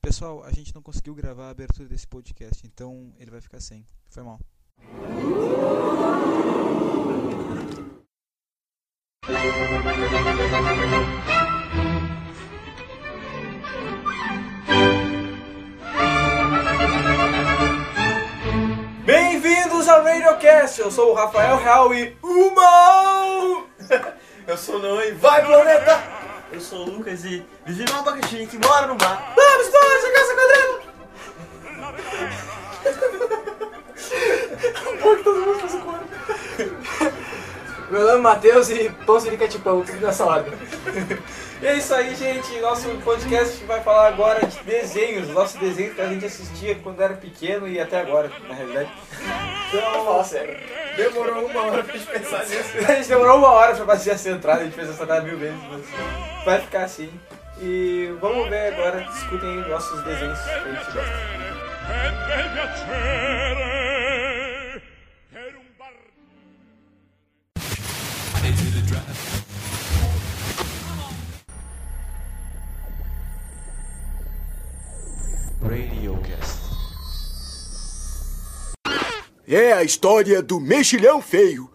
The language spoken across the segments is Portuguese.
Pessoal, a gente não conseguiu gravar a abertura desse podcast, então ele vai ficar sem. Foi mal. Bem-vindos ao RadioCast! Eu sou o Rafael Real e. Uma! Eu sou o Leon e vai, planeta! Eu sou o Lucas e vizinho um abacaxi que mora no mar. Vamos todos jogar essa quadrilha! Pô, que todo mundo faz o coro. Meu nome é Matheus e pão de pão, tudo nessa ordem. E é isso aí, gente. Nosso podcast vai falar agora de desenhos. Nossos desenhos que a gente assistia quando era pequeno e até agora, na realidade. Então, Fala sério. Demorou uma hora pra gente pensar nisso. A gente demorou uma hora pra fazer essa entrada, a gente fez essa entrada mil vezes, mas vai ficar assim. E vamos ver agora, discutem os nossos desenhos que a gente gosta. ebbe piacere per un bar É a história do mexilhão feio.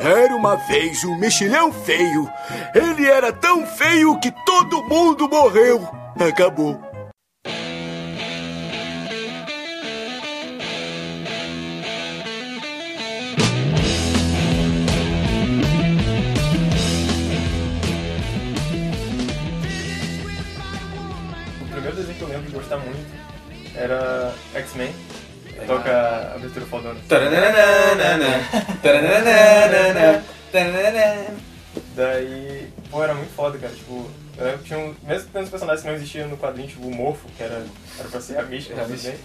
Era uma vez um mexilhão feio. Ele era tão feio que todo mundo morreu. Acabou. O primeiro desenho que eu lembro de gostar muito era X-Men. Toca a abertura fodona. Daí, pô, era muito foda, cara. Tipo, eu lembro que tinha um, mesmo tendo os personagens que não existiam no quadrinho, tipo o Morfo, que era, era pra ser a mística do desenho.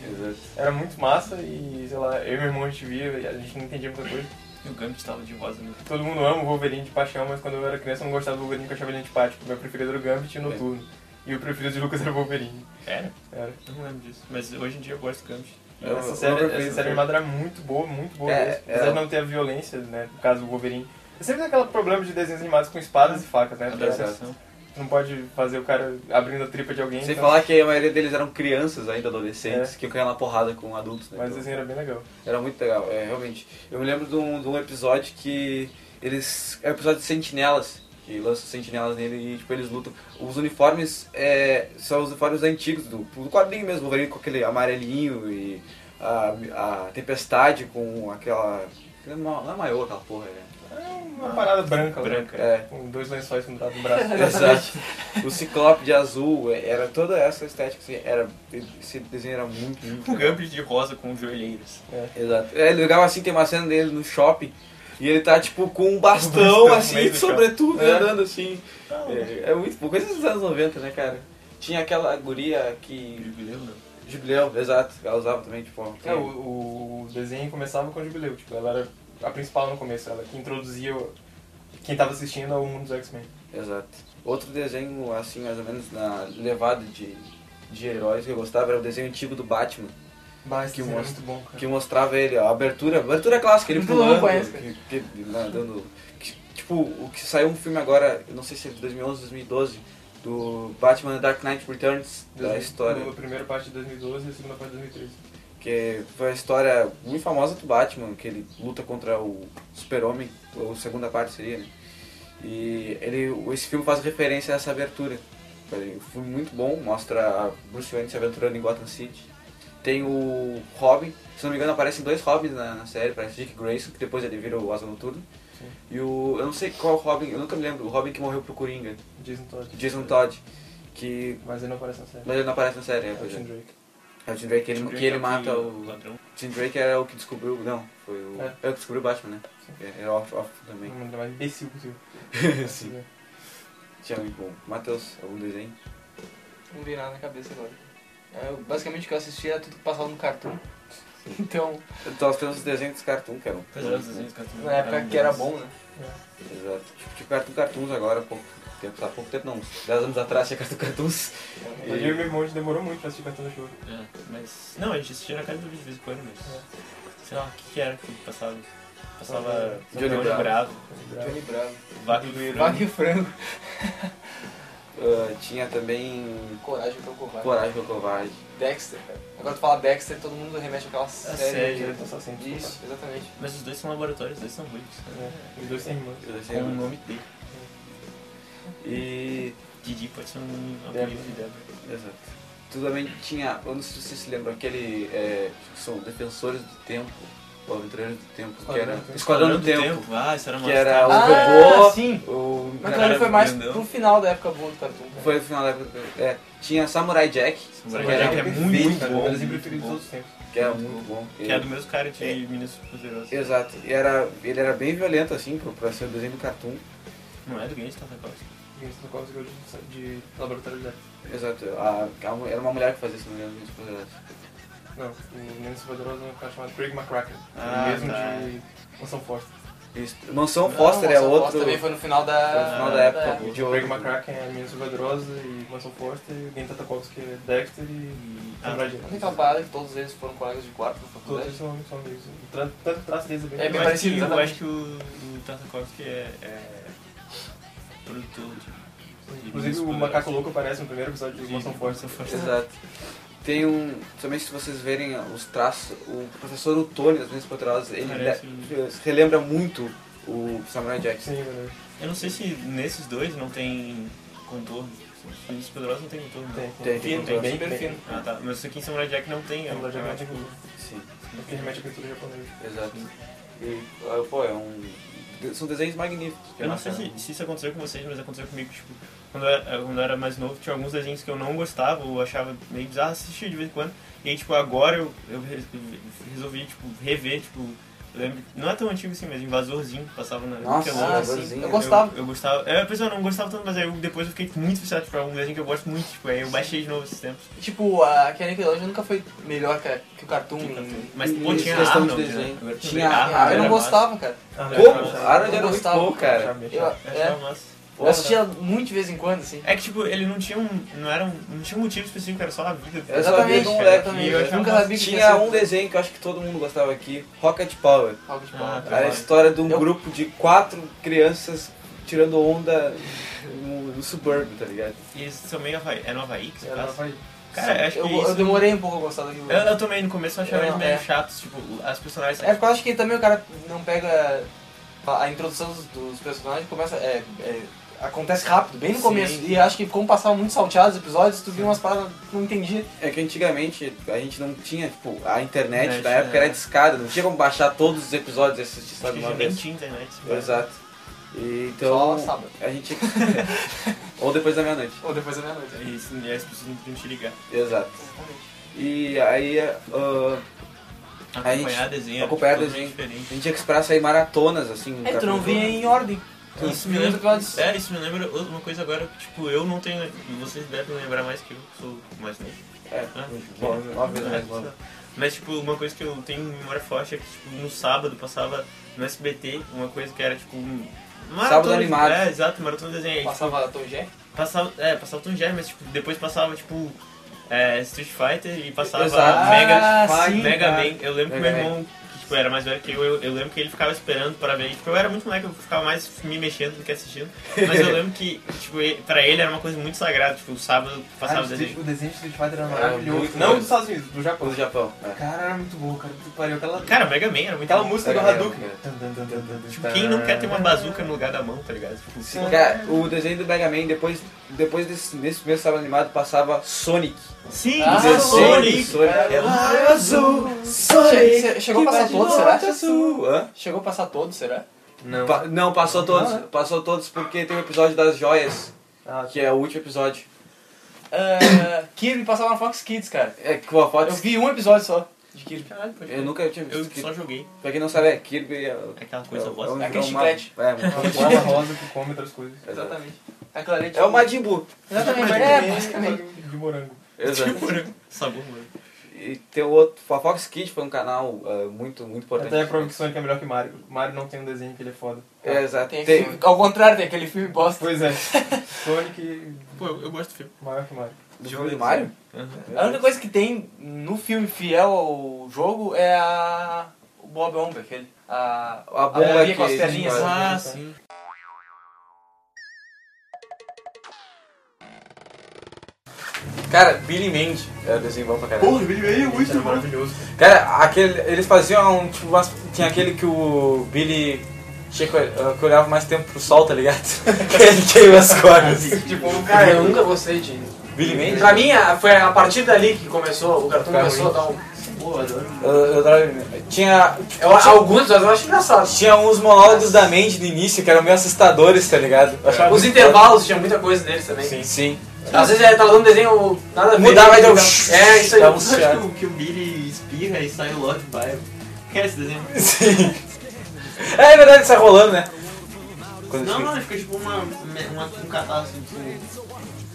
Era muito massa e, sei lá, eu e meu irmão a gente via e a gente não entendia muita coisa. E o Gambit tava de rosa né? no Todo mundo ama o Wolverine de paixão, mas quando eu era criança eu não gostava do Wolverine porque eu achava ele antipático. Meu preferido era o Gambit É. e o Noturno. E o preferido de Lucas era o Wolverine. Era? Era. Eu não lembro disso. Mas hoje em dia eu gosto do Gambit. Eu, essa série, essa assim. série animada era muito boa, muito boa É, mesmo. Apesar de não ter a violência, né? No caso do Wolverine. É sempre aquele problema de desenhos animados com espadas e facas, É né? Porque você Adaptação. não pode fazer o cara abrindo a tripa de alguém. Sem então- falar que a maioria deles eram crianças ainda, adolescentes, que caíam na porrada com adultos, né? Mas o Então, desenho era bem legal. Era muito legal, é, realmente. Eu me lembro de um, de um episódio que eles... É um episódio de sentinelas, que lançam sentinelas nele e, tipo, eles lutam. Os uniformes é, são os uniformes antigos, do, do quadrinho mesmo, o Wolverine com aquele amarelinho e a, a tempestade com aquela... Não não é maior aquela porra, né? Uma parada branca, lá, Branca. É. Com dois lençóis pendurados no braço. Exato. O Ciclope de azul, é, era toda essa estética, assim, era, esse desenho era muito, muito O legal. Gambit de rosa com joelheiros. Exato. É legal assim, tem uma cena dele no shopping e ele tá tipo com um bastão, no assim, meio do sobretudo, shopping. É. andando assim. É, é muito bom. Coisa dos anos 90, né, cara? Tinha aquela guria que. Jubileu, não. Jubileu, exato, ela usava também, tipo. uma- né? É, o, o desenho começava com o Jubileu. Tipo, ela era a principal no começo. Ela que introduzia o- quem tava assistindo ao mundo dos X-Men. Exato. Outro desenho, assim, mais ou menos na levada de, de heróis que eu gostava era o desenho antigo do Batman. Mas Que que era monstro. muito bom, cara. que mostrava ele, ó, a abertura, a abertura clássica, ele Todo mundo pulando, conhece, que, que- na- dando- que- tipo, o que saiu um filme agora, eu não sei se é de 2011, 2012, do Batman Dark Knight Returns, da história, A primeira parte de 2012 e a segunda parte de 2013. que é, foi a história muito famosa do Batman, que ele luta contra o Super-Homem, ou segunda parte seria, né? E ele, esse filme faz referência a essa abertura. Foi um filme muito bom, mostra a Bruce Wayne se aventurando em Gotham City. Tem o Robin, se não me engano aparecem dois Robins na, na série, parece Dick Grayson, que depois ele vira o Asa Noturno. E o, eu não sei qual Robin, eu nunca me lembro, o Robin que morreu pro Coringa, Jason Todd. Jason Todd, que... Mas ele não aparece na série. Mas ele não aparece na série, é, É o pois é. Tim Drake. É o Tim Drake, ele, que ele tá mata o... ladrão. Tim Drake era o que descobriu. Não, foi o. É. É, o que descobriu o Batman, né? É, Era off, off também. Não, ele é mais imbecil possível. Sim. Tinha muito bom. Matheus, algum desenho? Não vi nada na cabeça agora. É, eu- basicamente o que eu assistia era tudo que passava no cartoon. Então, Então, temos os desenhos dos Cartoon, que eram. né? Pois é, os desenhos que eu tenho. na época um que era bom, né? Exato. Tipo, tipo Cartoon Cartoons agora, há pouco tempo. Há pouco tempo, não. uns 10 anos atrás tinha Cartoon Cartoons. E eu e meu irmão a gente demorou muito pra assistir Cartão da Chuva. É, mas. Não, a gente assistia na casa do vídeo de vez em quando, mas. Sei lá, o que, que era que passava? Passava. Johnny Leão de Bravo. Bravo. Johnny Bravo. Vaca do Irã. Vaca e frango. Eu ah, tinha também Coragem pelo covarde. Coragem pelo Covarde. Dexter, cara. Agora tu fala Dexter, todo mundo remete àquela A série. né? série, eu tô só sendo Isso, exatamente. Mas os dois são laboratórios, os dois são ruins. né? Um É, Os dois são irmãos. Eu Com sei o muito. nome dele. E. Didi pode ser um Débora. apelido de Débora. Exato. Tu também tinha. Eu não sei se vocês se lembram, aquele. É, acho que são Defensores do Tempo, ou Aventureiros do Tempo, que era. Esquadrão do Tempo. Ah, isso era uma Que era o Ah, robô. sim. O, Mas claro, Cara, foi mais entendeu? pro final da época boa do Cartoon. cara. foi no final da época. É, tinha Samurai Jack, Samurai Jack é muito, Perfeito, muito cara, bom. um dos muito preferidos de bom. todos os tempos. que era muito bom. Que é do mesmo cara de Minas Poderosas. Exato. E era, ele era bem violento, assim, pra, pra ser o desenho do Cartoon. Não é do Games Tata Costa. Games no Cosmic de de laboratório de arte. Exato. A- a- era uma mulher que fazia isso, né, não lembro de Não, o Menos Poderoso é um cara chamado Craig McCracken. Ah, mesmo tá. de Mansão Forte. isso. Mansão Não, Foster é Mansão outro. Foster também foi É, no final da, foi no final da época da- de O Craig ouro. McCracken é Menos Poderoso e Mansão Forte. E o Game Tatakovsky é Dexter e Ah, Samurai Não Jack. tem aquela parada que todos eles foram colegas de quarto na Todos faculdade? eles são são amigos. O tra- Tanto o traço deles é bem... É bem eu, acho parecido, que, Ah, eu exatamente. acho que o, o Tartakovsky é, é produtor de. de Inclusive Minas o Poderosas. Macaco Louco aparece no primeiro episódio de Mansão Sim, Forte. Mansão Forte. Exato. Tem um. Também se vocês verem os traços, o professor Utoni das Minhas Poderosas, ele Parece um- de- relembra muito o Samurai Jack. Sim, é velho. Eu não sei se nesses dois não tem contorno. Os Minas Poderosas não tem contorno. Tem, Não. Tem, Fino, tem, super bem, bem. fino. Ah tá, mas isso aqui em Samurai Jack não tem. é um Samurai Jack não tem tipo- Sim, Porque remete à cultura japonesa. exato. E, ah, pô, é um. São desenhos magníficos. que Eu não sei marcaram. se, se isso aconteceu com vocês, mas aconteceu comigo, tipo, quando eu, era, quando eu era mais novo, tinha alguns desenhos que eu não gostava ou achava meio bizarro, assistia de vez em quando. E aí, tipo, agora eu, eu re- resolvi, tipo, rever, tipo, eu lembro, não é tão antigo assim mesmo, Invasorzinho, passava na Nossa, Nickelodeon. Ah, sim. Saborzinho. Eu Eu- gostava. Eu, gostava. É, pois eu não gostava tanto, mas aí eu, depois eu fiquei muito viciado tipo, é um desenho que eu gosto muito, tipo, aí eu baixei de novo esses tempos. Tipo, a que a Nickelodeon nunca foi melhor que, a- que o Cartoon. Mas pô, E tinha questão de Arnold, desenho. né? Agora que eu Tinha lembrei, Arnold, Ah, eu era não massa. gostava, cara. Ah, Como? A é. Eu Arnold era muito gostava. bom, cara. Eu, é Eu achava é, massa. eu assistia muito de vez em quando, assim. É que tipo, ele não tinha um. não era um. não tinha um motivo específico, era só a vida né? dele. Eu só vi Exatamente, do moleque. exatamente. E eu achava nunca massa. sabia que Tinha sido um desenho que eu acho que todo mundo gostava aqui, Rocket Power. algo de Ah, bom. Era a história de um Eu- grupo de quatro crianças tirando onda no, no subúrbio, tá ligado? E eles são meio Havaí. É no Havaí que se Era passa? Havaí. Cara, eu acho que Eu, isso. eu demorei um pouco a gostar daquilo. Eu, eu também no começo eu achava Eu eles não, meio é. chatos, tipo, as personagens. É porque eu acho que também o cara não pega a a introdução dos, dos personagens começa. É, é, acontece rápido, bem no Sim. começo. E acho que como passavam muito salteados os episódios, tu viu umas paradas que não entendia. É que antigamente a gente não tinha, tipo, a internet Internet, da época é. era discada, não tinha como baixar todos os episódios e assistir só acho de que uma já nem vez. tinha internet. sabe? Exato. E, então Só sábado. a gente. Ou depois da meia-noite. Ou depois da meia-noite. E, é isso- e as pessoas não podiam te ligar. Exato. Exatamente. E aí ah, gente- Acompanhar desenho. tipo, acompanhar totalmente desenho. Diferente. a gente tinha que esperar sair maratonas, assim. no É, tu não Cartoon vinha em ordem. Então, Isso me Os lembra. episódios- É, isso me lembra uma coisa agora, tipo, eu não tenho. Vocês devem lembrar mais que eu, sou mais novo. É, Ah, nove- nove vezes né? mais novo. Mas, tipo, uma coisa que eu tenho memória forte é que, tipo, no sábado passava no SBT uma coisa que era, tipo, um... maratona- animado. É, exato, maratona de desenho. Aí, tipo, Passava Tom Jack. passava, é, passava Tom Jerry, mas, tipo, depois passava, tipo, é, Street Fighter e passava Exato. Mega, Ah, sim, Mega cara. Man. Eu lembro que Mega meu irmão, que, tipo, era mais velho que eu, eu, eu lembro que ele ficava esperando pra ver. Tipo, eu era muito moleque, eu ficava mais me mexendo do que assistindo. Mas eu lembro que, tipo, ele- pra ele era uma coisa muito sagrada. Tipo, o sábado passava Ah, o desenho. desenho- o desenho de Street Fighter era Era maravilhoso. muito Não bom. dos Estados Unidos, do Do Japão. Japão. é. Cara, era muito bom, cara. Tu pariu aquela, Cara, Mega Man era muito aquela bom. música do Era Hadouken. mesmo, Tipo, quem não quer ter uma bazuca no lugar da mão, tá ligado? Tipo, Sim. Cara, o desenho do Mega Man, depois, depois desse, nesse primeiro sábado animado, passava Sonic. sim, Ah, o Sonic! Sonic. Sonic. Raio azul, Che- che- chegou a passar que vai de todos, será? norte a sul. Hã? Chegou a passar todos, será? Não. Pa- não, passou todos. Não, Passou todos porque tem o episódio das joias, Ah, que é o último episódio. Ah, Kirby passava na Fox Kids, cara. É com a foto. Eu vi um episódio só de Kirby. Caralho, pode Eu crer. nunca tinha Eu visto Kirby. só joguei. Pra quem não sabe, é Kirby. É, É Aquela coisa é, bosta. um- Aquele uma- chiclete. É, uma- uma bola rosa que come outras coisas. Exatamente. Aquela ali, tipo, é o Majin Buu. Exatamente, é, basicamente. um De morango. Exato. Tipo, Sabor, mano. E tem o outro. A Fox Kids foi um canal ah, muito, muito importante. Até a prova que Sonic é melhor que Mario. Mario não tem um desenho que ele é foda. É, exato. Tem Tem- aquele- ao contrário, tem aquele filme bosta. Pois é. Sonic Pô, eu, eu gosto do filme. maior que Mario. do jogo de Mario? Uhum. A única coisa que tem no filme fiel ao jogo é a. O Bob Omber, aquele. A. A É, A assim. bolinha bomba que com as perninhas. explode. Ah, sim. Cara, Billy Mandy era desenho bom pra caralho. Porra, ele veio muito maravilhoso. Cara, aquele, eles faziam um tipo. umas- tinha aquele que o Billy tinha que, ol- que olhava mais tempo pro sol, tá ligado? que ele queima as cordas. Tipo, Cara, eu nunca gostei de. Billy Mandy? Pra mim, a- foi a partir dali que começou, o cartão Ficar começou a ruim. dar um. Pô, adoro. Eu, eu adorava Billy Mandy. Tinha. tipo, Eu, tinha- alguns episódios eu acho engraçado. Tinha uns monólogos da Mandy no início que eram meio assustadores, tá ligado? Eu achava Os muito intervalos tinha muita coisa deles também. foda. Sim. Às vezes ele tava dando desenho nada a ver. Mudava e deu- mudava. É, isso aí. Dava um Você acha que o, que o Billy espirra e sai o Lord Bible? Quer esse desenho? Sim. É, é verdade, tá sai rolando, né? Quando Não, fica- não, ele fica tipo uma, uma, um catarro assim, tipo,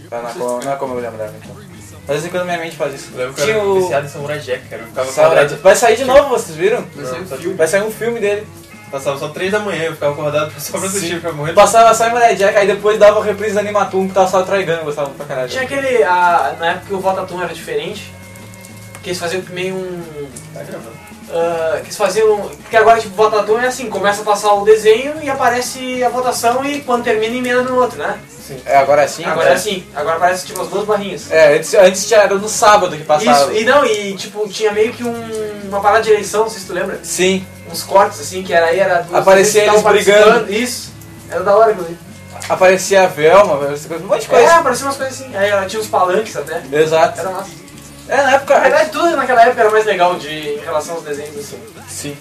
Tá, não, é como- não é como eu lembrava, então. Às vezes quando minha mente faz isso. Eu lembro que eu Tinha era o... viciado em Samurai Jack, cara. Eu ficava Samurai acordado. Jack. Vai sair de novo, vocês viram? Não, só- Vai sair um filme dele. Passava só 3 da manhã, eu ficava acordado só pra assistir, eu ficava Eu morrendo. passava só Samurai Jack, aí depois dava uma reprise da Animatum que tava só traigando, eu gostava pra caralho. Tinha aquele. a- na época que o Votatum era diferente, que eles faziam meio um. Tá gravando. ah, que eles faziam. Porque agora, tipo, Votatum é assim: começa a passar o desenho e aparece a votação e quando termina, emenda no outro, né? É, agora sim? agora é assim: agora aparece tipo as duas barrinhas. É, antes, antes tinha, era no sábado que passava. Isso, e não, e tipo, tinha meio que um, uma parada de eleição, não sei se tu lembra. Sim, Uns cortes assim, que era aí, era. dos- Aparecia que estavam eles brigando. participando. Isso, era da hora, inclusive. aparecia a Velma, aparecia coisa- um monte de É, coisa. apareciam umas coisas assim. Aí ela tinha uns palanques até. Exato. Era massa. É, na época... Na verdade, tudo naquela época era mais legal de, em relação aos desenhos, assim. Sim.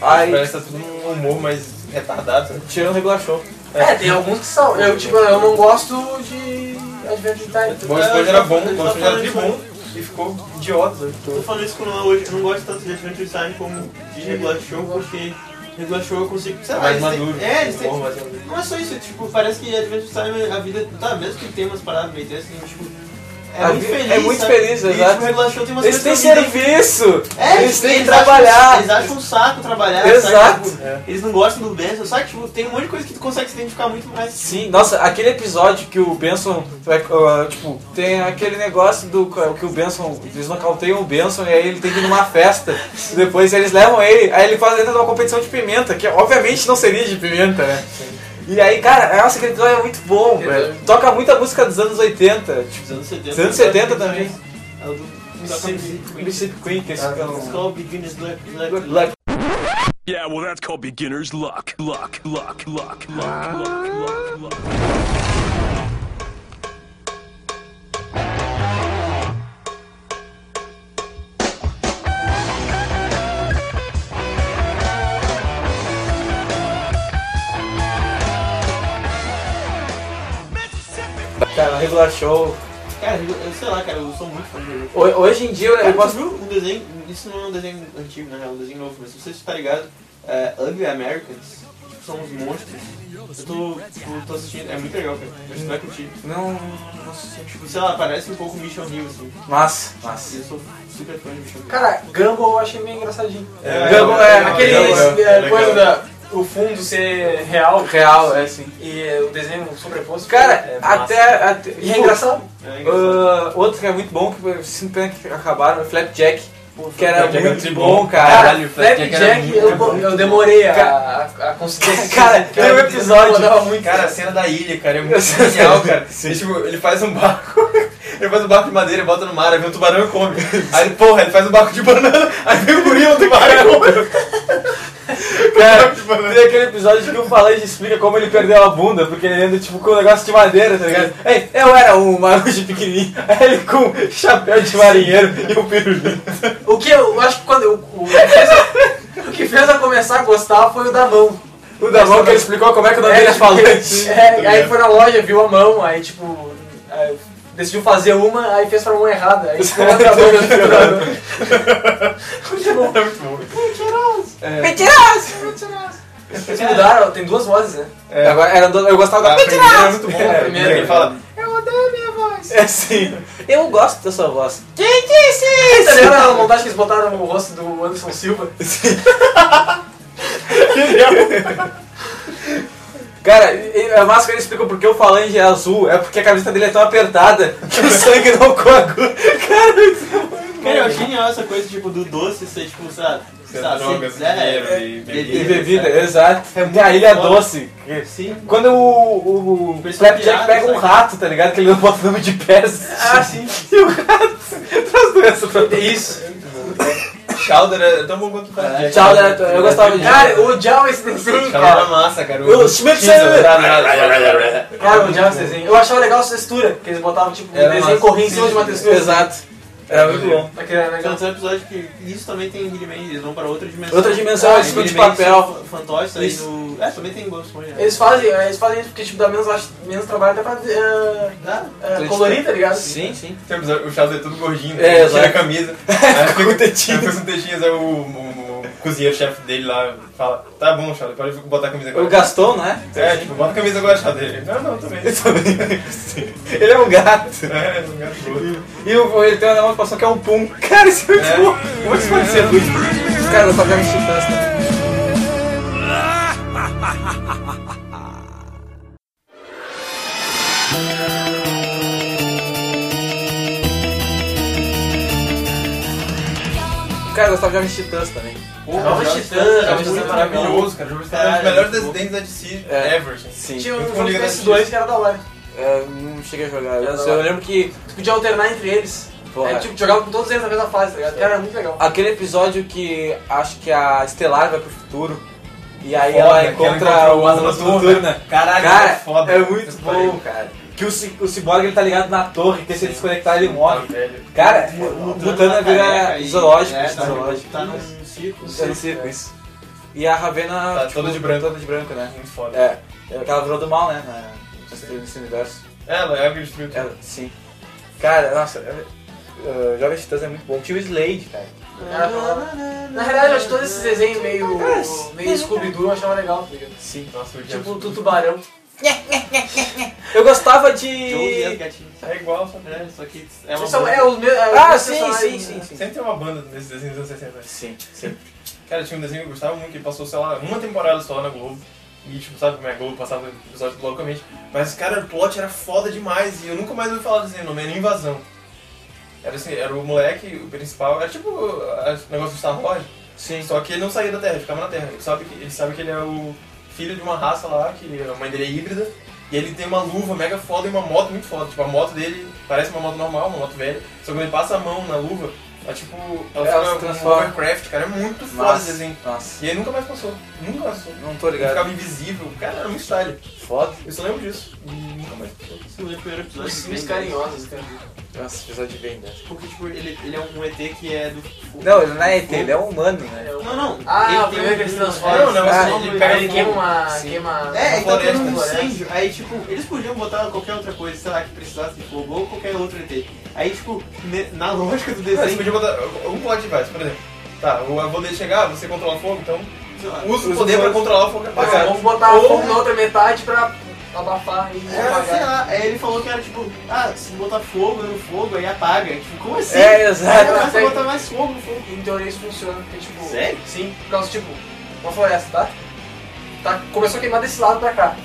Parece Aí, que tá tudo num humor mais retardado, sabe? tirando regular show. É, tem alguns que são. Eu, tipo, eu não gosto de Adventure Time. Bom, Esponja era Tá bom, Bom um Esponja era tribom e ficou idiota. sabe? Eu falei isso com o Noah hoje, eu não gosto tanto de Adventure Time como de Regular Show, porque Regular Show eu consigo. Sei lá, Mais eles têm- maduro. É, eles têm. Humor mais tipo, maduro. Não é só isso, tipo, parece que Adventure Time a vida. Tá, mesmo que tem umas paradas meio dessas, assim, tipo. É A muito vida- feliz. é muito sabe? feliz, E, tipo, exato. Regular Show tem umas Eles têm coisas que eu me serviço! é, eles têm que acham- trabalhar. eles acham um saco trabalhar. Exato. Sabe, É. tipo, Eles não gostam do Benson. Só que tipo, tem um monte de coisa que tu consegue se identificar muito mais. Sim, nossa, aquele episódio que o Benson vai, ah, tipo, tem aquele negócio do que o Benson, eles nocauteiam o Benson e aí ele tem que ir numa festa. Depois eles levam ele, aí ele faz dentro de uma competição de pimenta, que obviamente não seria de pimenta, né? E aí, cara, nossa, aquele episódio é muito bom, velho. Toca muita música dos anos 80, tipo, Dos anos 70. dos anos 70 também. É o do. da Queen. Bicep Queen, que é um eles It's ficam. called Beginner's Luck. Luck. Luck. Yeah, well, that's called beginner's luck. Luck, luck, luck, luck, luck, luck, luck. Cara, regular show. Cara, eu, eu sei lá, cara, eu sou muito fã de Regular Show. Ho- Hoje em dia Cara, eu tu posso. viu um desenho, isso não é um desenho antigo, na real, é um desenho novo, mas se você está ligado, é, Ugly Americans tipo, são uns monstros. Eu tô, tipo, tô assistindo, é muito legal, cara. Eu Acho que tu vai curtir. Não. Tipo, sei lá, parece um pouco Mission Hill, assim. Massa, massa. E eu sou super fã de Mission Hill. Cara, Gumball eu achei meio engraçadinho. É, Gumball, é, é, é, Aquele legal, é, esse, é, legal. coisa da, o fundo ser real Real, é assim. e é, o desenho sobreposto. Cara, É massa. até, até. E é engraçado. É engraçado. Ah, outro que é muito bom, que eu sinto pena que acabaram, é Flapjack, que era Flapjack é muito muito bom, bom. cara. Caralho, o Flapjack Flapjack, era muito eu, bom. eu demorei a, a, a conseguir Cara, tem um episódio- Cara, a cena da ilha, cara, é muito genial, cara. Ele, tipo, ele faz um barco, ele faz um barco de madeira, bota no mar, aí vem um tubarão e come. Aí ele, porra, ele faz um barco de banana, aí vem o gorila, um tubarão e come. Um Cara, tem aquele episódio que o Falange explica como ele perdeu a bunda, porque ele anda tipo com um negócio de madeira, tá ligado? Ei, eu era um marujo pequenininho, aí ele com chapéu de marinheiro e um pirulito. O que eu acho que quando eu, o, que fez a- o que fez eu começar a gostar foi o da mão. tipo, O da mão que ele explicou como é que o nome dele é Falante. É, aí foi na loja, viu a mão, aí tipo. aí decidiu fazer uma, aí fez pra mão errada. Aí ficou outra mão dentro É muito bom. É. Eles mudaram, tem duas vozes, né? É, Agora, era do- eu gostava da A primeira é muito bom, É, a primeira. Ele fala, É assim, eu gosto da sua voz. Tá Quem Você disse lembra a montagem que eles botaram o rosto do Anderson Silva? Cara, e- e a máscara explica porque o falange é azul, é porque a camiseta dele é tão apertada que o sangue não coagula. Cara, isso é muito bom. Cara, eu achei genial essa coisa, tipo, do doce ser, tipo, sei lá, Tá, drogas, sim, é, dinheiro é, e E bebida. bebida, exato. Tem a Ilha Doce. Sim. Quando o, o Pessoal Flapjack piada, pega um sabe? rato, tá ligado? Que ele não bota o nome de pés. Ah, sim. E o rato traz doença pra mim. Isso. Chowder é tão bom quanto o Flapjack. Tchau, Neto. Eu gostava disso. Cara, eu odiava esse desenho, Chowder é um cara. massa, cara. Eu, Schmidt Sandler. Era Cara, eu odiava esse desenho. um Eu achava legal essa textura, que eles botavam tipo um Era desenho massa. correndo em cima de uma textura. Exato. muito bom. Aquele era Tem legal. outro é um episódio que isso também tem He-Man, eles vão para outra dimensão. Outra dimensão, Ah, eles ficam de He-Man papel. são fa- Fantoches aí Isso. no... É, também tem Bob Esponja. né? Eles fazem, eles fazem isso porque tipo, dá menos, acho- menos trabalho até pra eh, Dá. eh, colorir, tá ligado? Sim, sim. Tem um episódio- O Chowder é tudo gordinho, É, ele tira exato. a camisa. Aí fica Com tetinhas. aí fica com tetinhas, aí o, o- o cozinheiro-chefe dele lá fala, tá bom, Chowder, pode botar a camisa O agora. Gaston, né? É, tipo, bota a camisa agora, Chowder. Ele, Não, não, também. Ele também. Ele é um gato. É, não me ajuda. E o- ele tem uma demonstração que é um pum. Cara, isso é muito bom. Como é que isso pode ser ruim? Os caras só pegam chifres, né? Cara, eu gostava de Jovens Titãs também. Jovens Titãs, Jovens Titãs é maravilhoso. cara. Jovens Caralho, Titãs é um dos melhores muito bom. desenhos da DC né, É. ever, gente. Sim. Tinha Eu um fico jogo ligado PS2 nisso. que era da hora. É, não cheguei a jogar. Eu, eu lembro que. Tu podia alternar entre eles. Porra. É, tipo, jogava com todos eles na mesma fase, tá ligado? Cara, era muito legal. Aquele episódio que acho que a Estelar vai pro futuro e aí Foda, ela que ela encontra encontra o o Asa Noturna. Noturna. Caralho, né? Cara, é foda. é muito Essa bom, cara. Que o, ci- o Cyborg ele tá ligado na torre, que se ele desconectar ele Tá morre. velho. Cara, o Mutana Tá, vira zoológico, É, tá, zoológico. Tá num círculo. Isso, no circo, isso. E a Ravena. tipo, Tá toda de branco. Toda de branco, né? Muito foda. É. é que Ela virou do mal, né? na- Nesse universo. Ela é a que destruiu tudo. Ela- sim. Cara, nossa. é- Uh, Jovem Titãs é muito bom. Tinha o Slade, cara. Era pra lá. Na realidade, eu acho todos esses desenhos meio, É. meio Scooby-Doo eu achava legal, tá ligado? Sim. Nossa, o Tipo, James. do tubarão. Eu gostava Jones e as de. gatinhas. É igual, só É, só que é uma... Eles são- banda. é, os meus, é, os Ah, meus sim, sim, personagens, sim, né? sim. Sempre tem uma banda nesses desenhos dos anos né? 60. Sim, sim. Cara, tinha um desenho que eu gostava muito, que passou, sei lá, uma temporada só na Globo. E, tipo, sabe como é a Globo passava episódio loucamente. Mas, cara, o plot era foda demais e eu nunca mais ouvi falar desse nome, era é Invasão. Era assim, era o moleque, o principal, era tipo a- o negócio do Star Wars, Sim. só que ele não saía da Terra, ele ficava na Terra. Ele sabe que ele, sabe que ele é o filho de uma raça lá, que a mãe dele é híbrida, e ele tem uma luva mega foda e uma moto muito foda. Tipo, a moto dele parece uma moto normal, uma moto velha, só que quando ele passa a mão na luva, ela tipo, ela, Ela se fica um transforma. Warcraft, cara, é muito foda esse Nossa, desenho. nossa. E aí nunca mais passou. Nunca passou. Não tô Ele ligado. ficava invisível. Cara, era muito style. Foda. Eu só lembro disso. E nunca mais passou. Isso é o primeiro episódio. Os filmes Bem- carinhosos, né? cara. Nossa, episódio bem, né? Porque, tipo, ele, ele é um ET que é do... Não, ele não é ET, ele é humano, né? Não, não. Ah, ele um o primeiro que eles transformam. Não, não, Ah, assim, ele pega Aí fogo. queima uma... Queima... É, Uma então tem floresta, um floresta. incêndio, aí tipo, eles podiam botar qualquer outra coisa, sei lá, que precisasse de fogo ou qualquer outro ET. Aí tipo, ne- na lógica do Não, Você desenho, podia botar um plot device, por exemplo. Tá, o avô dele chegar, você controla o fogo, então sei lá, usa o Usa poder o pra fogo. controlar o fogo e Mas É. apagar. vamos botar Ou- fogo na outra metade pra abafar e é, sei apagar. lá, aí ele falou que era tipo, ah, se botar fogo no fogo, aí apaga. Tipo, como assim? É, Aí exato. começa a botar mais fogo no fogo. Em teoria isso funciona, porque tipo... Sério? Sim, por causa, tipo, uma floresta, tá? tá começou a queimar desse lado pra cá.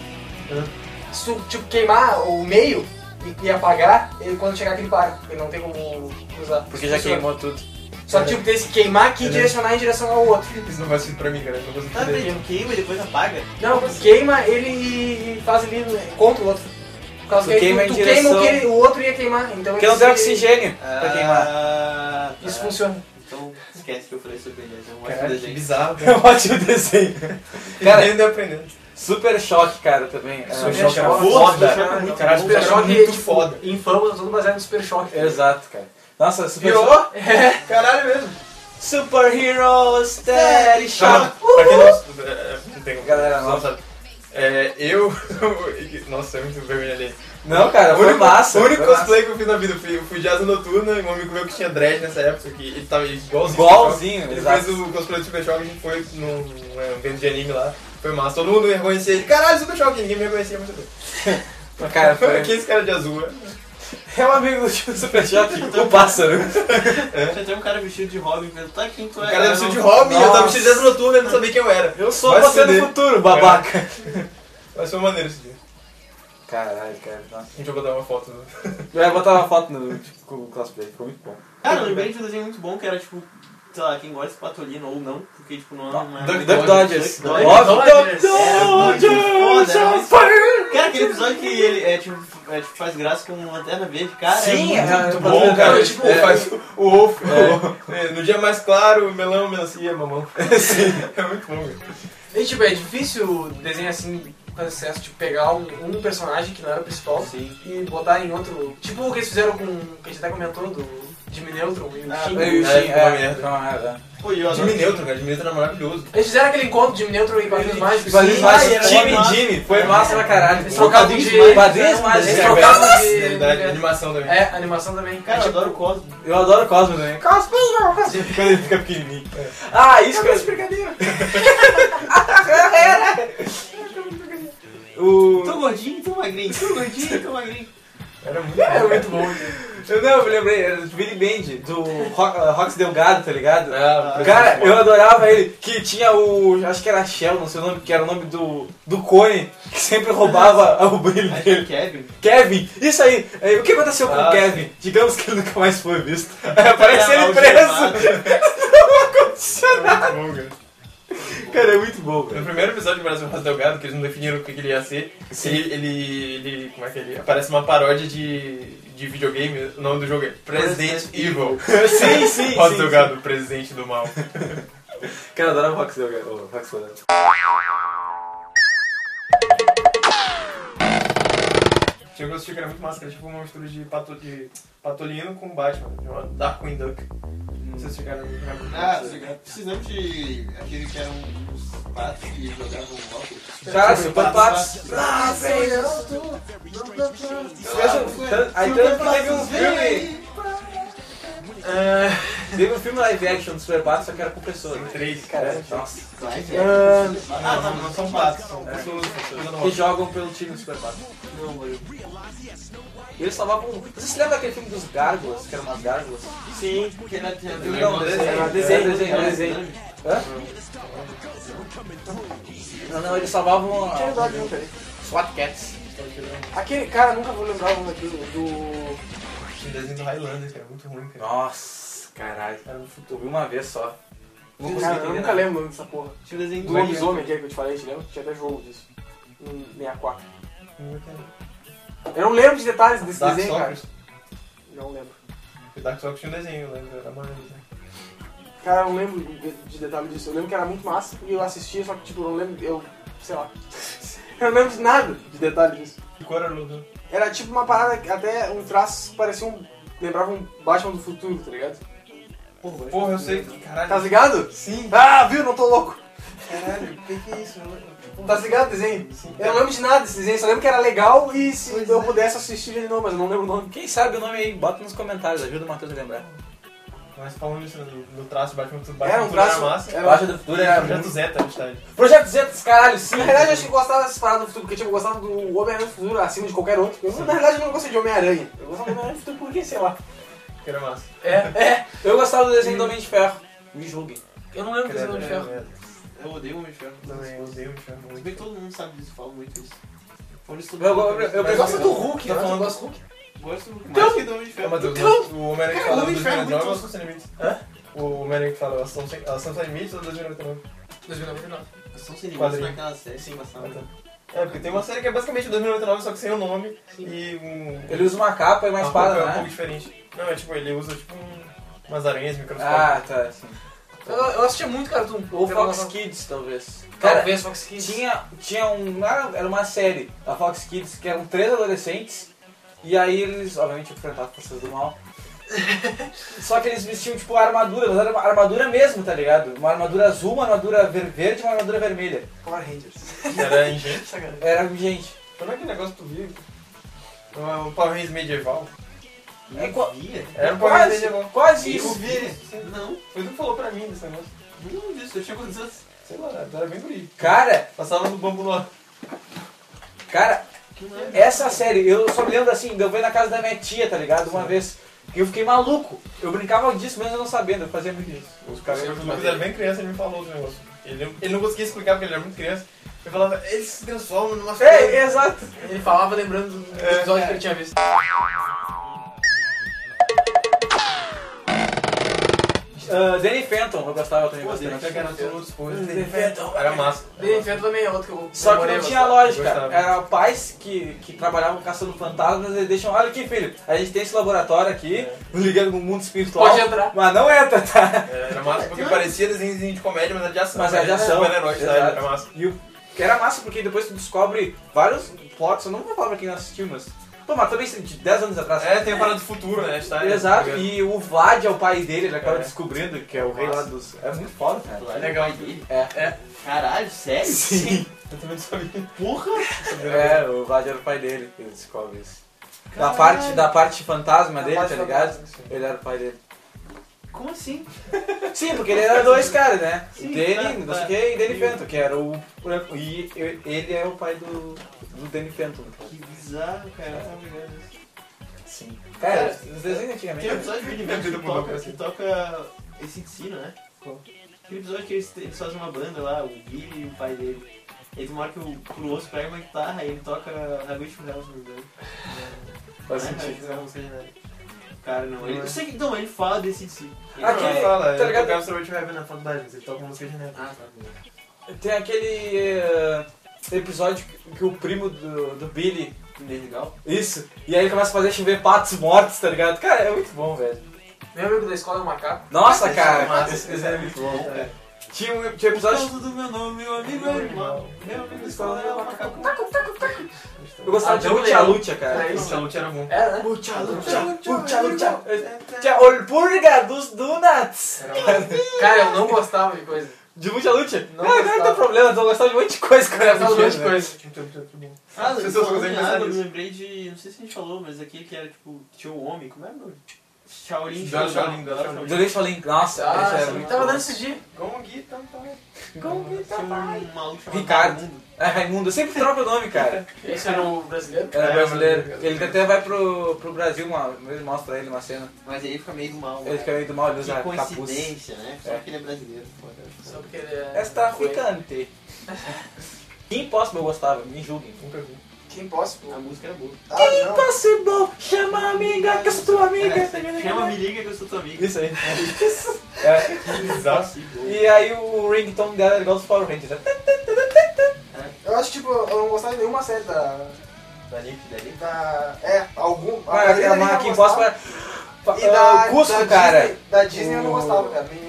Se tu, tipo, queimar o meio e, e apagar, ele, quando chegar aqui ele para, ele não tem como cruzar. Porque já Funciona. queimou tudo. Só que, tipo, tem que queimar aqui e Uhum. direcionar em direção ao outro. Isso não faz sentido pra mim, cara. Eu não consigo Tá, entender. ele queima e depois apaga. Não, queima ele e- e faz ali né, contra o outro. Por causa Tu que aí queima em tu, tu queima o que direção- ele- o outro ia queimar. Então Porque ele não tem se- oxigênio pra queimar. Ah, tá. Isso funciona. Então esquece que eu falei sobre ele, é um ótimo Cara, que desenho. bizarro. É um ótimo desenho. Cara, Cara, ele ainda aprendendo. super choque, cara, também. É, Super muito Choque era foda. foda. Cara, Caralho, super super choque choque muito tipo, foda. Então, Em fama, todo é baseado no super choque. Exato, cara. Nossa, super Virou? choque. Caralho mesmo. Super Hero Steady Não, Shock. pra quem não. é, Não tem como. Galera, não sabe. É, eu. Nossa, é muito vermelho ali. Não, cara, O foi único, massa. o único foi massa. cosplay que eu fiz na vida, eu fui, eu fui de asa noturna e um amigo meu que tinha dread nessa época, que ele tava igualzinho. Igualzinho, Ele exato. fez o cosplay do Super Shock, a gente foi num num é, um evento de anime lá, foi massa. Todo mundo me reconhecia ele, caralho, Super Shock, ninguém me reconhecia, mas eu bem. É. Cara, foi... Aqui esse cara de azul, né? É um amigo do Super Choque, então o pássaro. Tinha até um cara vestido de Robin, falando, tá quem tu O é. cara era Ah, vestido de não. Robin, eu Nossa. tava vestido de asa noturna, ele não sabia quem eu era. Eu sou Vai você se fuder. no futuro, babaca. Mas foi maneiro esse dia. Caralho, cara, nossa. A gente vai botar uma foto. né? Eu ia botar uma foto no tipo, com o cosplay, ficou muito bom. Cara, eu lembrei de um desenho muito bom que era tipo. sei lá, quem gosta de Patolino ou não, porque tipo, não é uma. Duck Duck Dodgers. Duck Love Dodgers. Duck Dodgers. Era Dodgers. muito foda, né? Cara, aquele episódio que ele é, tipo, é, tipo, faz graça com lanterna verde, cara. Sim, é muito é Muito bom, cara. Tipo, é. faz o o Wolf. o- é, No dia mais claro, melão, melancia, mamão. Sim. É muito bom, cara. E tipo, é difícil desenhar assim com acesso, tipo, pegar um, um personagem que não era o principal Sim. e botar em outro. Tipo o que eles fizeram com. que a gente até comentou do Jimmy Neutron e o Ah, Shin. Né? eu- É, sim, ficou uma é, merda. é uma merda. Pô, e eu adoro. Jimmy Neutron, cara. Jimmy Neutron era maravilhoso. Eles fizeram aquele encontro de Jimmy Neutron e Quadrinhos Mágicos. Quadrinhos Sim, Mágicos. aí era Jimmy, uma- Jimmy. Foi massa pra caralho. Eles trocavam de. Quadrinhos Mágicos, Eles cara. trocavam Na verdade, de. animação também. É, animação também. Cara, É, eu tipo, adoro o Cosmo. Eu adoro Cosmo também. Quando ele fica pequenininho. Ah, isso que eu... O... Tô gordinho, tô magrinho. Tô gordinho, tô magrinho. Era muito É bom. muito bom. Eu não, eu me lembrei, era do Billy Band, do Rock, uh, Rox Delgado, tá ligado? Ah, Cara, eu adorava ele, que tinha o. Acho que era Shell, não sei o nome, que era o nome do. do Cone, que sempre roubava o brilho Acho que é dele. o Kevin. Kevin, isso aí! Aí, O que aconteceu com Ah, o Kevin? Digamos que ele nunca mais foi visto. Aí aparece ele preso! Muito bom, cara. Cara, é muito bom, velho. No primeiro episódio do Brasil Rosa Delgado, que eles não definiram o que que ele ia ser, ele, ele, ele- Como é que ele. Aparece uma paródia de, de videogame, o nome do jogo é President Resident Evil. Sim, sim, Rosa sim. Delgado, presidente do mal. sim. Cara, eu adorava o Rox Delgado. o Rox Delgado. Tinha um gosto que era muito massa, que era tipo uma mistura de, pato, de Patolino com Batman, de uma Darkwing Duck. Não sei se chegaram tá Ah, precisamos de aquele que era um- uns patos que jogavam óculos. Cara, Super Ah, Patos. Aí tanto que teve um filme. Ah, Teve um filme live action do Super Patos, só que era com pessoas. né? Três, cara. Cara, nossa. Ah, não, não são patos, são pessoas. pessoas que normais. jogam pelo time do Super Mario. E eles salvavam. Você se lembra daquele filme dos Gárgulas? Que eram umas Gárgulas? Sim, porque ele tinha. Não, desenho, desenho, desenho, desenho. Hã? Não, não, eles salvavam. Tinha a- episódio nenhum, peraí. SWAT Cats. Aquele cara, nunca vou lembrar o nome daquilo, do. Tinha desenho do Highlander, que era muito ruim, cara. um Nossa, caralho, cara, eu fui- eu vi uma vez só. Não consegui Cara, eu né? entender nunca nada. lembro o nome dessa porra. Tinha desenho Do é lobisomem aquele que eu te falei, te lembra? Tinha até jogo disso. Hum, Em 64. Eu não lembro de detalhes desse é Dark desenho, Souls. cara. Não lembro. O Dark Souls tinha um desenho, eu lembro, era maneiro. né? Cara, eu não lembro de, de detalhe disso. Eu lembro que era muito massa e eu assistia, só que tipo, eu não lembro. Eu. sei lá. eu não lembro de nada de detalhe disso. Que cor era o Ludo? Era tipo uma parada, que até um traço que parecia um. lembrava um Batman do futuro, tá ligado? Porra, eu sei. Caralho. Tá ligado? Sim, Ah, viu? Não tô louco. caralho. O que que é isso? Eu lembro. Tá ligado o desenho? Sim. Eu não lembro de nada desse desenho, só lembro que era legal e se eu pudesse assistir ele não, mas eu não lembro o nome. Quem sabe o nome aí, bota nos comentários, ajuda o Matheus a lembrar. Mas falando isso, no, no traço Batman, tudo Batman Era um É, tudo era traço. massa. Era... Baixa do Futuro era. Projeto Zeta, na verdade. Projeto Z dos caralhos, sim! Na realidade, eu acho que eu gostava dessas paradas do futuro, porque tipo, eu gostava do Homem-Aranha do Futuro acima de qualquer outro. Eu, na realidade, eu não gostei de Homem-Aranha. Eu gostava do Homem-Aranha do Futuro porque, sei lá. Que era massa. É, Eu gostava do desenho do Homem de Ferro. Me julguem. Eu não lembro Credo, de Ferro. é, é. Eu odeio o Homem de Ferro. Também, eu odeio o Michel Se muito. bem que todo mundo sabe disso, fala muito isso. Quando Eu, estudo. eu, eu, é. Eu eu gosto do Hulk, Tá né? Eu falando- gosto do Hulk. Gosto mais que do Homem de Ô, Ferro. Matheus, Ah, mas o Homem-Aranha que Cara, fala o Homem de Ferro é 2099 ou muito- Ação Sem Limites? O Homem-Aranha que fala Ação Sem ação sem é Limites ou 2099? 2099. São cinemas Quadrinho. naquela série sem passar. Ah, tá. É, porque tem uma série que é basicamente 2099, só que sem o nome e um... Ele usa uma capa e uma uma espada, roupa um né? pouco diferente. Não, é tipo, ele usa tipo um- umas aranhas microscópicas. Ah, tá, sim. Eu, eu assistia muito Cartoon Ou Network. Fox Kids, talvez. Cara, Talvez Fox Kids. tinha, tinha um. Era era uma série da Fox Kids que eram três adolescentes. E aí eles, obviamente, enfrentavam forças do mal. Só que eles vestiam tipo armadura, mas era uma armadura mesmo, tá ligado? Uma armadura azul, uma armadura ver- verde e uma armadura vermelha. Power Rangers. Era ingente. Era gente. Como é que negócio que tu viu? Um, um Power Rangers medieval. É qua- Via? Era um Power Rangers quase, medieval. quase Eu isso. vi ele. Não, Foi tu que falou pra mim desse negócio. não disso. Eu tinha quantos anos? Sei lá, tu era bem guri. Cara, Passava no bambu lá. cara, essa série, eu só me lembro assim, de eu ver na casa da minha tia, tá ligado? Uma vez. E eu fiquei maluco. Eu brincava disso mesmo eu não sabendo, eu fazia muito isso. Os caras, o Lucas era bem criança, ele me falou do negócio. Ele, não- ele não conseguia explicar porque ele era muito criança. Eu falava, eles se transformam numa É, exato. Ele falava lembrando do episódio que ele tinha visto. A gente Ah, Danny Phantom eu gostava também Pô, bastante. Danny Phantom. Danny Phantom. Era massa. Bem, Fento também é outro que eu Só que demorei não a tinha gostar. lógica. Gostava. Era pais que, que trabalhavam caçando fantasmas eles deixam. Olha aqui, filho, a gente tem esse laboratório aqui, É. ligando com o mundo espiritual. Pode entrar. Mas não entra, tá? Era massa porque parecia desenho de comédia, mas era de ação. né? Mas era de ação. Super-herói, sabe? Exato. Era massa. E o que era massa porque depois tu descobre vários plots, eu não vou falar pra quem não assistiu, mas. Pô, mas também de 10 anos atrás. É, É, tem a parada do futuro, né? Star, Exato, Tá ligado? e o Vlad é o pai dele, ele acaba É. descobrindo que é o rei lá dos. É muito foda, cara. Legal. Caralho, sério? Sim. Eu também não sabia. É, o Vlad era o pai dele, ele descobre isso. Da parte, da parte fantasma dele, parte tá ligado? fantasma, Ele era o pai dele. Como assim? Sim, porque ele era dois caras, né? Sim, o Danny, tá, não tá. sei o que, e Danny Phantom, que era o. E eu- ele é o pai do. do Danny Phantom. Que bizarro, cara. Tá ligado? Sim. É. Cara, os desenhos Tem antigamente. um episódio do universo que toca, que toca esse ensino, né? Aquele episódio que eles, eles fazem uma banda lá, o Billy e o pai dele. Eles uma hora que o Cruoso pega uma guitarra e ele toca a Wish for Hells no meu Faz É uma música genérica. Cara, não. Ele, eu sei que não, ele fala desse de si. Aquele- Ele fala, tá ligado? Eu tocava Strawberry Heaven na faculdade, mas ele toca uma música genérica. Ah, tá. Tem aquele eh, episódio que- que o primo do, do Billy. Isso. E aí ele começa a fazer chover patos mortos, tá ligado? Cara, é muito bom, velho. Meu amigo da escola é um macaco. Nossa, cara. Massa, esse desenho é muito bom, cara. Tinha um tinha um episódio. do meu nome, meu amigo é animal. Meu amigo da escola é o macaco. Eu gostava de Adão Lucha Leão. Lucha, cara. É, Esse Chalut era bom. É, né? Lucha, lucha, Lucha Lucha. Tinha Olpurga dos Donuts. Cara, eu não gostava de coisa. De Lucha Lucha? Não Não, não, não tem gostava. problema, eu gostava de um monte de coisa quando Eu era gostava de um monte de pequeno, né? coisa. Ah, As eu pessoas falando conseguem em pensar água, eu nisso. lembrei de. Não sei se a gente falou, mas aquele que era tipo. que Tinha o homem, como era o nome? Shaolin Dora Showdown. Shaolin, Dora Shaolin. Joguei e falei, nossa, esse Ah, era sim. muito Tava bom. dando esses dias. Gongi, tam, tam. Tinha um maluco chamado Ricardo. Raimundo. É, Raimundo, eu sempre troca o nome, cara. Esse era o brasileiro. Era brasileiro. Ele até vai pro, pro Brasil, uma, ele mostra ele uma cena. Mas ele fica meio mal. né? é? Ele fica meio do mal, ele usa Que capuz. coincidência, né? Só É. que ele é brasileiro. Pô, Só porque ele é. Essa traficante. Impossible eu gostava, me julguem. Nunca vi. Quem posso? pô? A música era boa. Impossible, chama a amiga, que eu sou tua amiga. É, tá Chama, me liga que eu sou tua amiga. Isso aí. É, Exato. E aí o ringtone dela era igual os Power Rangers. né? Eu acho, tipo, eu não gostava de nenhuma série da. Da Nick, da Nick. da é, algum. a Cara, maioria aquela da Liga marca eu Impossible gostava. era... Fa- E da, ah, Cusco, da cara. Disney, da Disney eu não O- gostava, cara, nenhuma.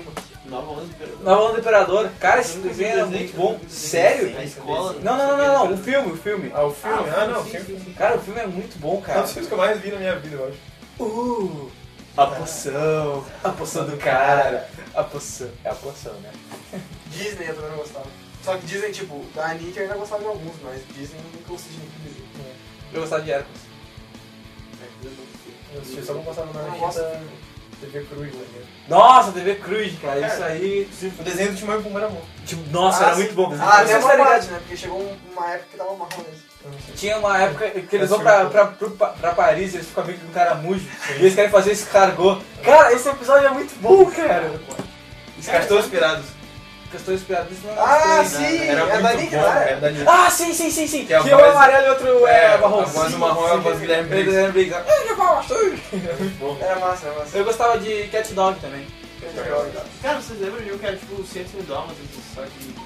Nova 11, pera- Na Onda do Imperador. Cara, esse é Eu nunca vi é desenho era um desenho, muito eu nunca bom. vi desenho. Sério? A escola. Não, não, não, não, não. O filme, o filme. Ah, o filme? Ah, não, o filme. Cara, o filme é muito bom, É um cara. dos filmes que eu mais vi na minha vida, eu acho. Uh, a poção. A poção do cara. A poção. É a poção, né? Disney eu também não gostava. Só que Disney, tipo, da Nick eu ainda gostava de alguns, mas Disney eu não consegui Disney. Eu gostava de Hércules. É, Eu assisti só pra passar na Não gosto. fita TV Cruz, né? Nossa, TV Cruz, cara. é Isso aí. O desenho do Timão e Pumba era bom. Tipo, nossa, Ah, era sim. muito bom. Ah, até Vocês uma tá ligado? parte, né? Porque chegou um- uma época que tava marrom mesmo. Eu não sei. Tinha uma época que eles Esse vão pra, filme pra, pro- pra, pra Paris, eles ficam meio que um caramujo. E eles querem fazer esse cargô. Cara, esse episódio é muito bom, cara. Os castores pirados. Que eu estou inspirado nisso não é Ah, isso aí, né? sim! Era é muito da Nick, bom, não era? era da Nick. Ah, sim, sim, sim, sim. Que a Que um é voz- amarelo e outro é, É, marrom. a voz Sim, marrom é a sim, voz sim. Guilherme Briggs. Guilherme Briggs. Ah, que fala, sim. Era massa, era massa. Eu gostava de Cat Dog também. É, Cara, vocês lembram de um que era tipo 101 Dálmatas, assim, só que... Sim,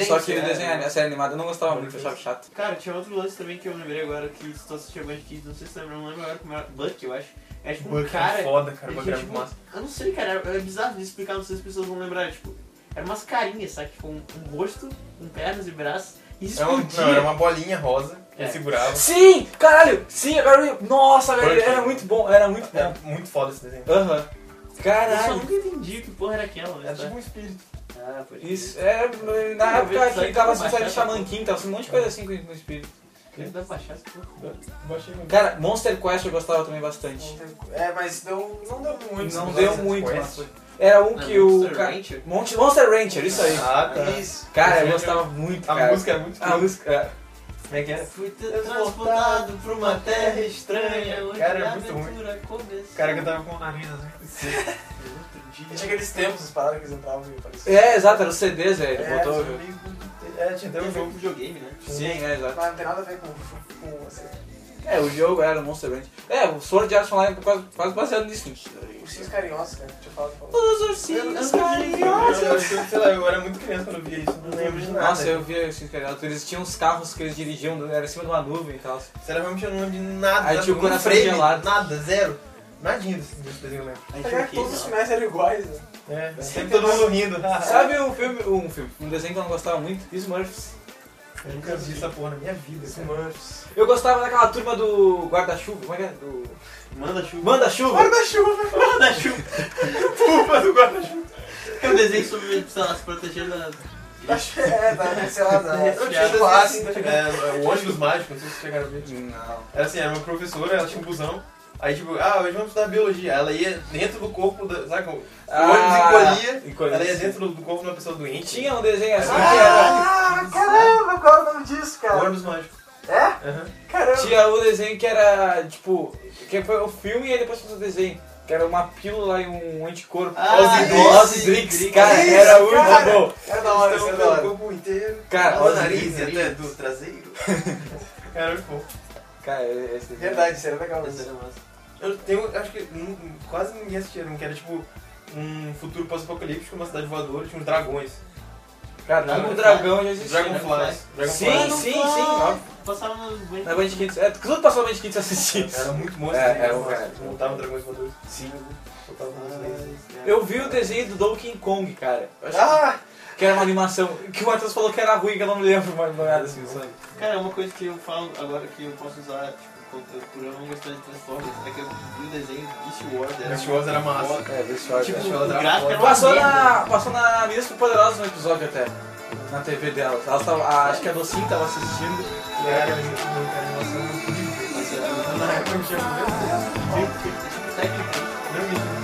Sim, só que sim, ele é. desenha né? a série animada. Eu não gostava muito, eu achava chato. Cara, tinha outro lance também que eu lembrei agora, que se tu assistia Band Kids, não sei se lembra, não lembro agora como era, Buck, eu acho. É tipo um Buck cara... era foda, cara. ele Buck tinha, era tipo, muito massa. Eu não sei, cara, era, era bizarro de explicar, não sei se as pessoas vão lembrar, tipo... Era umas carinhas, sabe? Tipo, um, um rosto, com pernas e braços, e É uma- explodia. Não, era uma bolinha rosa que É. ele segurava. Sim, caralho, sim, agora eu... Nossa, Foi velho, aqui. era muito bom, era muito Era bom. É muito foda esse desenho. Aham. Eu só É. Caralho. nunca entendi que porra era aquela, né? Era tipo um espírito. Ah, pode crer. Isso, é, na Eu vi isso época que aí, tava mas assistindo série era de Shaman King, tava assistindo um monte de coisa assim com com o espírito. Deve dar pra achar essa porra. Baixei muito. Cara, Monster Quest eu gostava também Oh. bastante. É, mas deu, não deu muito. Não né? deu Monster muito, Quest? mas foi- Era um Não, que o... Monster ca- Rancher? Monte- Monster Rancher, isso aí. Ah, tá. Isso. Cara, eu gostava muito, A cara. música era muito A foda. música... é. Como é que era? Fui transportado pra uma terra estranha, onde Cara, é a muito aventura começou. O cara que tava com o nariz assim. Outro dia. E Tinha aqueles tempos, as paradas que eles entravam e pareciam. É, exato, era os CDs, velho. É, botou, sim. viu? É, tinha até Tem um um jogo jogo. de videogame, né? Sim, é, exato. Mas não tem nada a ver com, com assim. É, o jogo era Monster Ranch. É, o Sword Art Online é quase, quase baseado nisso. ursinhos carinhosos, cara. Deixa eu tipo, falar. deixa eu falar. Os ursinhos carinhosos. sei lá, eu era muito criança quando eu via isso, não lembro de nada. Nossa, eu vi esses carinhosos. Eles tinham uns carros que eles dirigiam, era em cima de uma nuvem e tal. Sinceramente, eu não lembro de nada. Aí tinha o um coração frame, gelado. Nada, zero. Nadinha desse, desse desenho, eu lembro. A Apesar que todos os finais eram iguais, né? É, sempre todo mundo rindo. Sabe um filme, um filme, um desenho que eu não gostava muito? Smurfs. Eu nunca vi essa porra na minha vida. cara. Smurfs. Eu gostava daquela turma do guarda-chuva, como é que é? Do... Manda chuva. Manda-chuva! Guarda-chuva. Pulpa do guarda-chuva. Eu É um desenho sobre, sei lá, se proteger da... É, da, sei lá, da. É, Eu tinha classe. é, o ônibus mágico, não sei se vocês chegaram a ver. Não. Era assim, era uma professora, ela tinha um busão. Aí tipo, ah, hoje vamos estudar biologia. Ela ia dentro do corpo da. Sabe como? Ah, o ônibus encolhia, encolhia, ela ia sim. dentro do corpo de uma pessoa doente. Tinha um desenho assim que era... Ah, caramba, qual é o nome disso, O cara? ônibus mágico. É? Aham. Caramba. Tinha o desenho que era, tipo, que foi o filme e aí depois fez o desenho. Que era uma pílula e um anticorpo. Ah, Ozzy- isso, Ozzy Drix, cara, era isso, muito cara. bom. Era da hora, isso Então, era da hora. pelo corpo inteiro. Cara, o Ozzy nariz e Drix. até do traseiro. Era muito bom. Cara, esse desenho- Verdade, isso era legal. Essa era massa. Eu tenho, acho que hum, quase ninguém assistia, não que era tipo um futuro pós-apocalíptico, uma cidade voadora, tinha uns dragões. Cara, Dragon- o dragão já existia. né? Dragonflies. Sim, Dragonflies. sim, sim. óbvio. Passava no banho. Na Band Kids. É, tudo passou na Band Kids assistir. Era muito monstro. É, né? era um Nossa, cara. Montavam dragões voadores. Sim. Botavam Tá Ah, uns lasers. Eu vi o desenho do Donkey Kong, cara. Eu acho Ah! Que era uma animação. Que o Matheus falou que era ruim, que eu não me lembro mais nada assim, sabe? Cara, é uma coisa que eu falo agora que eu posso usar, tipo, por eu não gostar de Transformers, é que eu vi o desenho Beast Wars. Era Beast Wars era massa. É, deixa eu Tipo, Beast Wars era o gráfico foda. era uma Passou merda. na, passou na Meninas Poderosas no episódio até. Na TV delas. Elas tavam, a- acho que a Docinha tava assistindo. Era muito bom, cara. Nossa, era muito difícil. Era muito- Na época eu tinha muito medo. Técnico. Não me